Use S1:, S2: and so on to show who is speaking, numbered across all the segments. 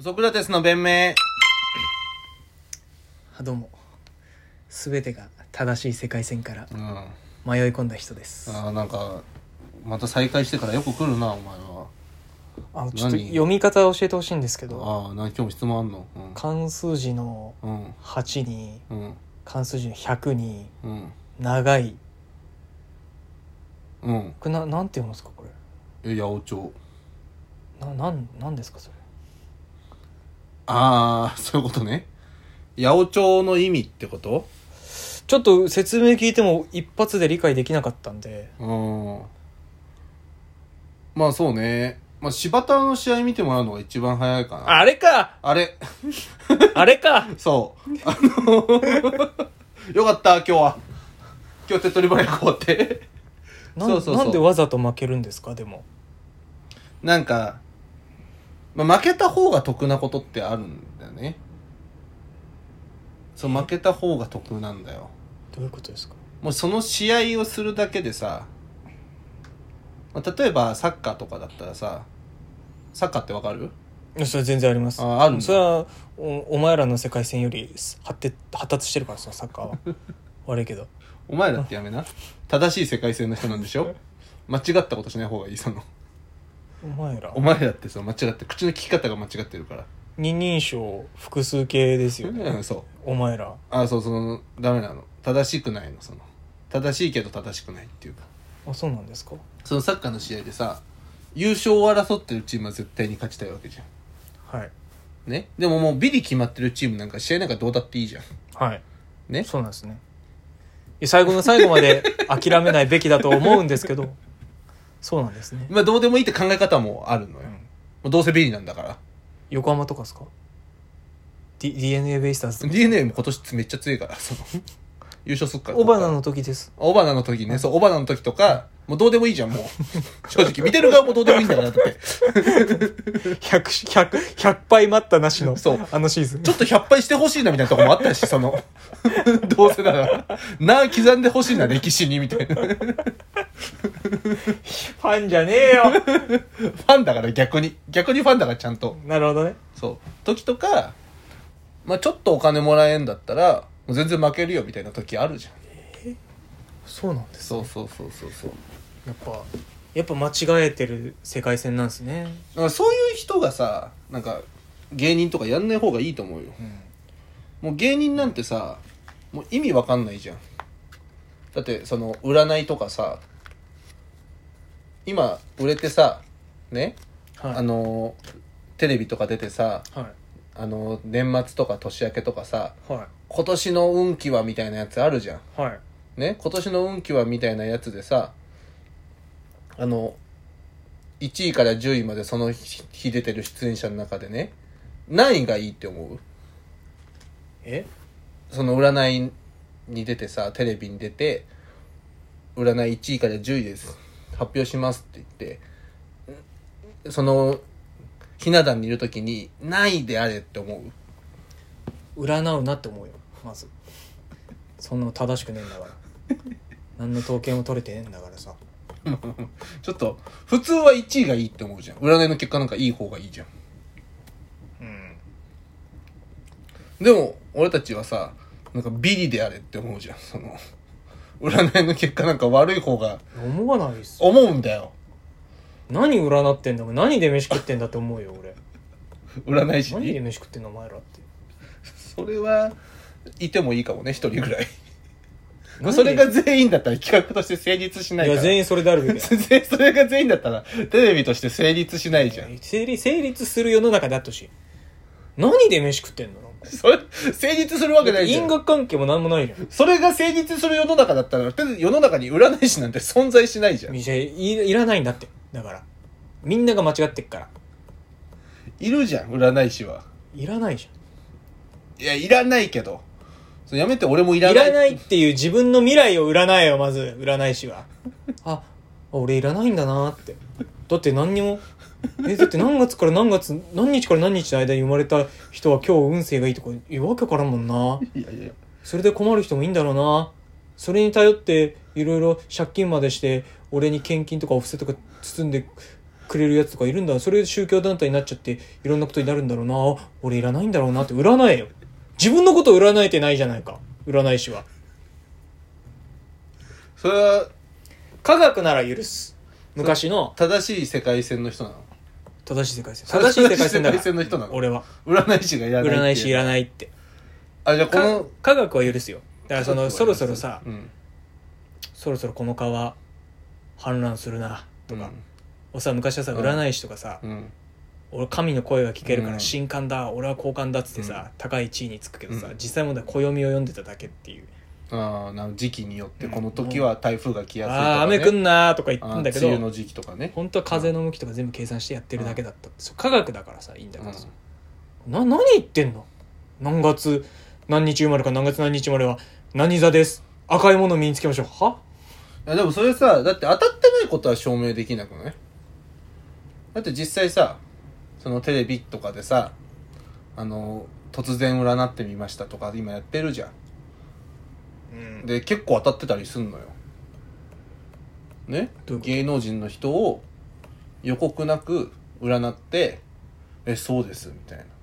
S1: ソクラテスの弁明
S2: あどうも全てが正しい世界線から
S1: うんあ
S2: 迷い込んだ人ですあ
S1: ーなんかまた再会してからよく来るなお前は
S2: のちょっと
S1: 何
S2: 読み方を教えてほしいんですけど
S1: ああ何今日も質問あんの
S2: 漢数字の
S1: うんうん
S2: 8に
S1: うん
S2: 漢数字の100に
S1: うん
S2: 長い
S1: うん
S2: これななんて読むんですかこれ
S1: え八百長
S2: ななんなんですかそれ
S1: ああそういうことね八百長の意味ってこと
S2: ちょっと説明聞いても一発で理解できなかったんで
S1: うんまあそうねまあ柴田の試合見てもらうのが一番早いかなあ
S2: あれか
S1: れ
S2: あ れか
S1: そうあの よかった今日は今日手っ取り早く終わって
S2: なん
S1: そうそうそう
S2: なんでわざと負けるんですかでも
S1: なんか、まあ、負けた方が得なことってあるんだよね。そう、負けた方が得なんだよ。
S2: どういうことですか
S1: もうその試合をするだけでさ、まあ、例えばサッカーとかだったらさ、サッカーってわかる
S2: いやそれ全然あります
S1: ああるんだ
S2: それはおお前らの世界線より発て発達してるからさサッカ ーは悪いけど
S1: お前らってやめな。正しい世界線の人なんでしょ間違ったことしない方がいい、その。
S2: お前ら
S1: お前らってそう間違って、口の聞き方が間違ってるから。
S2: 二人称複数形ですよ
S1: う
S2: ね
S1: ん、そう。
S2: お前ら
S1: あ、そう、その、ダメなの。正しくないの、その。正しいけど正しくないっていうか。
S2: あそうなんですか
S1: そのサッカーの試合でさ優勝を争ってるチームは絶対に勝ちたいわけじゃ
S2: はい
S1: んねでももうビリ決まってるチームなんか試合なんかどうだっていいじゃん
S2: はい
S1: ね
S2: そうなんですねいや最後の最後ま で諦めないべきだと思うんですけどそうなんですね、
S1: まあどうでもいいって考え方もあるのよ、も
S2: うん、
S1: うどうせビリなんだから
S2: 横浜とかですか、D、DNA ベイスター ズ
S1: DNA も今年めっちゃ強いからその優勝すっから
S2: オバナの時です
S1: オバナの時ね、そう、オバナの時とか、もうどうでもいいじゃん、もう。正直。見てる側もどうでもいいんだから、だって。
S2: 100 100 100杯待ったなしの
S1: そう
S2: あのシーズン
S1: ちょっと100敗してほしいな、みたいなとこもあったし、その、 どうせなら、なあ、刻んでほしいな、歴史に、みたいな。フ
S2: ファンじゃねえよ
S1: ァンだから、逆に。逆にファンだから、ちゃんと。
S2: なるほどね
S1: そう時とか、まあ、ちょっとお金もらえんだったらもう全然負けるよみたいな時あるじゃん
S2: そうなんです
S1: そうそうそうそうそう
S2: やっぱやっぱ間違えてる世界線なんですね、
S1: だからそういう人がさなんか芸人とかやんない方がいいと思うよ
S2: うん、
S1: もう芸人なんてさもう意味わかんないじゃんだってその占いとかさ今売れてさね、
S2: はい
S1: あのテレビとか出てさ
S2: は
S1: あの年末とか年明けとかさ
S2: いは
S1: 今年の運気はみたいなやつあるじゃん
S2: いはい
S1: ね、今年の運気はみたいなやつでさあの1位から10位までその日日出てる出演者の中でね何位がいいって思う
S2: え
S1: その占いに出てさテレビに出て占い1位から10位です発表しますって言ってそのひな壇にいる時に何位であれって思う
S2: 占うなって思うよまずそんなの正しくねえんだから 何の統計も取れてねえんだからさ
S1: ちょっと普通は1位がいいって思うじゃん占いの結果なんかいい方がいいじゃん
S2: うん
S1: でも、俺たちはさ、なんかビリであれって思うじゃん。その、占いの結果なんか悪い方が
S2: 思わないっすよ
S1: 思うんだよ。
S2: 何占ってんだお前何で飯食ってんだって思うよ俺
S1: 占い師
S2: 何で
S1: に。
S2: 飯食ってんのお前らって
S1: それは、いてもいいかもね、一人ぐらい。
S2: 何で
S1: それが全員だったら企画として成立しない
S2: い
S1: から。
S2: や全員それであるべきだ
S1: それが全員だったら、テレビとして成立しないじゃん。
S2: 成立成立する世の中であってほしい何で飯食ってんのなんか
S1: それ、成立するわけないじゃ
S2: 因
S1: ん。
S2: 果関係も何もないじゃん
S1: それが成立する世の中だったら、世の中に占い師なんて存在しないじゃん。
S2: いやいいらないんだってだからみんなが間違ってっから
S1: いるじゃん、占い師は。
S2: いらないじ
S1: いや、いらないけど。それやめて、俺もい
S2: ゃん
S1: らな
S2: い
S1: い。
S2: らないっていう自分の未来を占えよまず占い師はあ俺いらないんだなってだって何にもえだって何月から何月何日から何日の間に生まれた人は今日運勢がいいとかいやわけわからんもんない
S1: やいや。
S2: それで困る人もいいんだろうなそれに頼っていろいろ借金までして俺に献金とかお布施とか包んでくれるやつとかいるんだそれで宗教団体になっちゃっていろんなことになるんだろうなあ俺いらないんだろうなって占えよ自分のことを占えてないじゃないか占い師は
S1: それは
S2: 科学なら許す昔の
S1: 正しい世界線の人なの
S2: 正しい世界線正しい世界線だか
S1: 正しい世界線の人な
S2: ら
S1: の
S2: 俺は
S1: 占い師がいらないってう
S2: 占い師いらないって
S1: あじゃあこ
S2: か
S1: の
S2: 科学は許すよだからそのそろそろさ、
S1: うん、
S2: そろそろこの川氾濫するなとか、おさ昔はさ
S1: うん
S2: 占い師とかさ、
S1: うん、うん
S2: 俺神の声が聞けるか
S1: う
S2: ら
S1: ん
S2: 神官だ、俺は高官だっつってさ、高い地位につくけどさ、
S1: うん
S2: 実際問題は暦を読んでただけっていう、
S1: ああなんか時期によってこの時は台風が来やすいとか、ね
S2: ああ雨来んなーとか言ってんだけ
S1: あー梅雨
S2: ど
S1: の時期とかね
S2: 本当は風の向きとか全部計算してやってるだけだった、そう科学だからさいいんだけどさ、
S1: う
S2: な何言ってんの何月何日生まれか何月何日生まれは何座です赤いものを身につけましょうは
S1: んいやでもそれさだって当たってないことは証明できなくないだって実際さそのテレビとかでさあの突然占ってみましたとか今やってるじゃ
S2: うん
S1: んで結構当たってたりすんのよね
S2: どういうこと
S1: 芸能人の人を予告なく占って「えそうです」みたいな「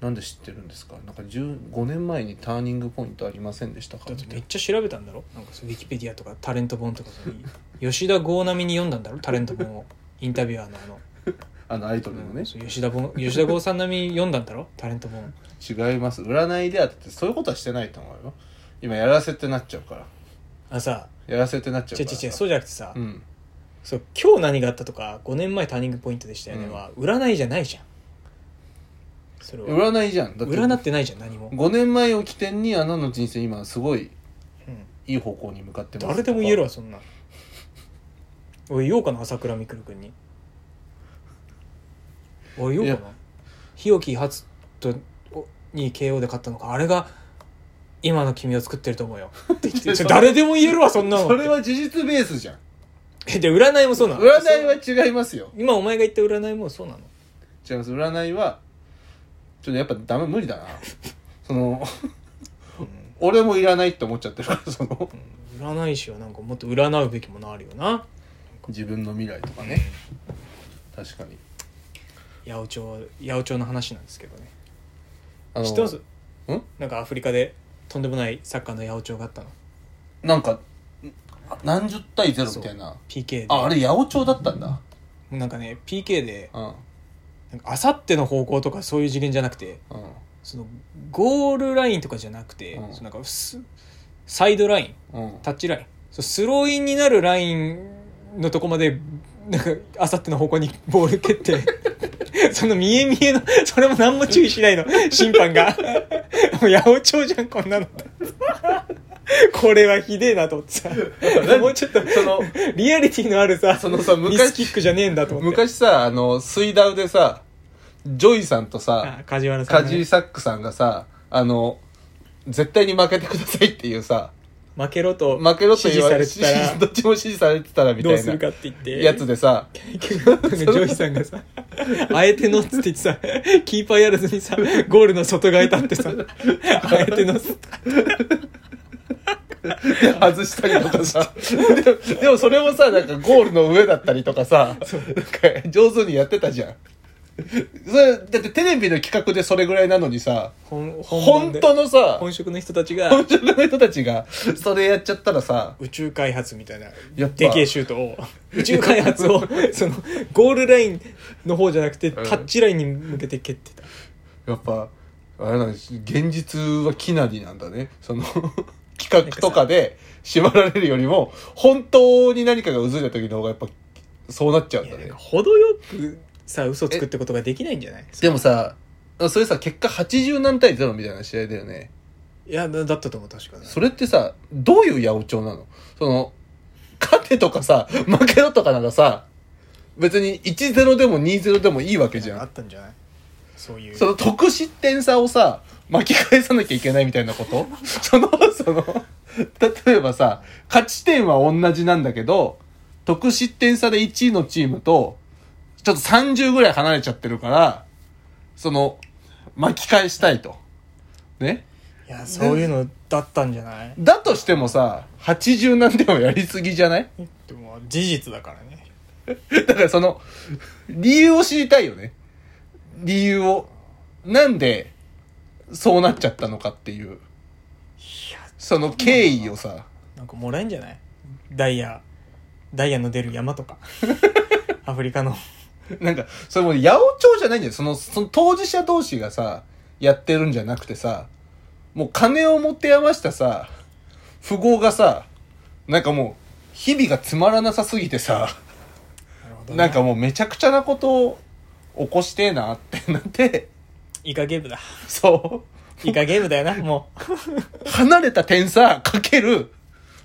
S1: なんで知ってるんですか?」なんか15年前にターニングポイントありませんでしたか
S2: だってめっちゃ調べたんだろなんかそうウィキペディアとかタレント本とかそういう 吉田剛並みに読んだんだろタレント本をインタビュアーのあの
S1: あのアイドルのね、
S2: そう吉田本 吉田剛さん並みに読んだんだろタレント本
S1: 違います占いであってそういうことはしてないと思うよ今やらせってなっちゃうから
S2: あさ
S1: やらせってなっちゃう
S2: 違う
S1: から
S2: 違う違うそうじゃなくてさ、
S1: うん
S2: そう今日何があったとか5年前ターニングポイントでしたよね、
S1: うん
S2: は占いじゃないじゃんそれは
S1: 占いじゃんだって
S2: 占ってないじゃん何も、
S1: 5年前を起点にあなたの人生今すごい
S2: うん
S1: いい方向に向かってます
S2: 誰でも言えるわそんなおい言おうかな朝倉未来君におい言おうか
S1: い
S2: な日置初とおに KO で勝ったのかあれが今の君を作ってる と思うよって言ってちょ誰でも言えるわそんなの
S1: それは事実ベースじゃん
S2: えで占いもそうなの
S1: 占いは違いますよ
S2: 今お前が言った占いもそうなの
S1: 違います占いはちょっとやっぱダメ無理だなその俺もいらないって思っちゃってるからその
S2: 占い師はなんかもっと占うべきものあるよな
S1: 自分の未来とかね確かに
S2: 八百長八百長の話なんですけどね
S1: あの
S2: 知ってます
S1: ん
S2: なんかアフリカでとんでもないサッカーの八百長があったの
S1: なんかあ何十対ゼロみたいな
S2: PK で
S1: ああれ八百長だったんだ
S2: なんかね PK で
S1: うんうん
S2: あさっての方向とかそういう次元じゃなくてそのゴールラインとかじゃなくて、
S1: うん
S2: そのなんかすサイドライン
S1: うん
S2: タッチラインそうスローインになるラインのとこまでなんかあさっての方向にボール蹴って その見え見えのそれも何も注意しないの審判がもう八百長じゃんこんなのこれはひでえなと思ってさもうちょっと
S1: その
S2: リアリティのあるさ
S1: そのさ
S2: ミスキッ
S1: 昔
S2: クじゃねえんだと思って
S1: 昔さあの水ダウでさジョイさんとさ
S2: あ梶原さん
S1: カ
S2: ね、
S1: ジサックさんがさあの絶対に負けてくださいっていうさ
S2: 負けろと
S1: 負けろと言
S2: 指示
S1: われ
S2: されてたら
S1: しどっちも指示されてたらみた
S2: ど
S1: い
S2: うす
S1: な
S2: るかって言って
S1: やつでさ
S2: 結局なんかジョイさんがさ「あえての」っつって言ってさキーパーやらずにさゴールの外側に立ってさ「 あえての」っつって
S1: 外したりとかさでもでもそれもさなんかゴールの上だったりとかさなんか上手にやってたじゃんそれだってテレビの企画でそれぐらいなのにさ
S2: 本
S1: 本
S2: で
S1: 当のさ
S2: 本職の人たちが
S1: 本職の人たちがそれやっちゃったらさ
S2: 宇宙開発みたいな
S1: やっぱ
S2: でけえシュートを宇宙開発 をそのゴールラインの方じゃなくてタ
S1: ん
S2: ッチラインに向けて蹴ってた
S1: やっぱあれなんです現実はきなりなんだねその 企画とかで縛られるよりも本当に何かが渦れた時の方がやっぱそうなっちゃうん
S2: い
S1: だ
S2: やなん
S1: ね
S2: か程よくさ嘘つくってことができないんじゃない
S1: でもさそれさ結果80何対0みたいな試合だよね
S2: いやだだったと思う確かに
S1: それってさどういう八百長なのその勝てとかさ負けろとかならさ別に1-0でも2-0でもいいわけじゃん
S2: あったんじゃないそういう
S1: その得失点差をさ、巻き返さなきゃいけないみたいなこと その、その、例えばさ、勝ち点は同じなんだけど、得失点差で1位のチームと、ちょっと30ぐらい離れちゃってるから、その、巻き返したいと。ね
S2: いやそういうのだったんじゃない
S1: だとしてもさ、80何点をやりすぎじゃない
S2: でも事実だからね
S1: だからその、理由を知りたいよね。理由を。なんで、そうなっちゃったのかっていう。その経緯をさ。
S2: なんかもらえんじゃないダイヤダイヤの出る山 とかアフリカの
S1: なんか、それもう八百長じゃないんだよ。その、その当事者同士がさ、やってるんじゃなくてさ、もう金を持て余したさ、富豪がさ、なんかもう、日々がつまらなさすぎてさ、なんかもうめちゃくちゃなことを起こしてえなってなって、
S2: イカゲームだ
S1: そ
S2: イカゲームだよ なもう
S1: う、離れた点差かける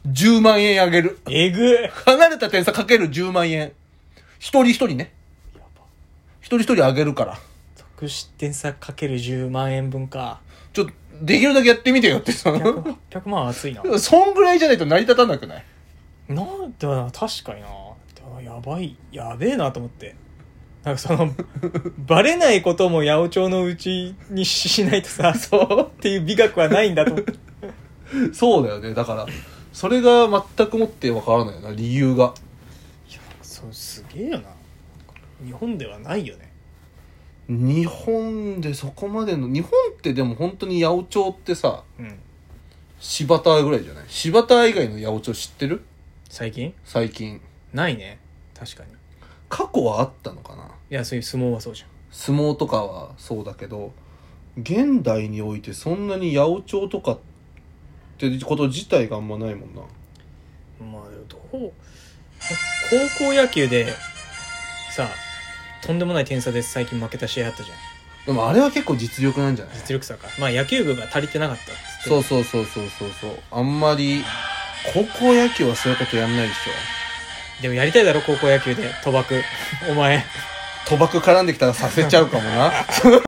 S1: 10万円あげる。
S2: えぐい
S1: 離れた点差かける10万円。一人一人ね。一人一人あげるから。
S2: 得失点差かける10万円分か
S1: ちょっと、できるだけやってみてよって、その。
S2: 100 800万は熱いな
S1: そんぐらいじゃないと成り立たなくない
S2: なんだな確かになでもやばいやべえなと思ってなんかそ のバレないことも八百長のうちにしないとさ そうっていう美学はないんだと思って
S1: そうだよねだからそれが全くもってわからないよな理由が
S2: いやそうすげえよな日本ではないよね
S1: 日本でそこまでの日本ってでも本当に八百長ってさ
S2: うん
S1: 柴田ぐらいじゃない柴田以外の八百長知ってる
S2: 最近
S1: 最近
S2: ないね確かにい
S1: 過去はあったのかな
S2: やそういう相撲はそうじゃん
S1: 相撲とかはそうだけど現代においてそんなに八百長とかってこと自体があんまないもんな
S2: まあどう高校野球でさとんでもない点差で最近負けた試合あったじゃん
S1: でもあれは結構実力なんじゃない
S2: 実力差かまあ野球部が足りてなかったっつって
S1: そうそうそうそうそうそうあんまり高校野球はそういうことやんないでし
S2: でもやりたいだろ高校野球で賭博 お前
S1: ょ賭博絡んできたらさせちゃうかもな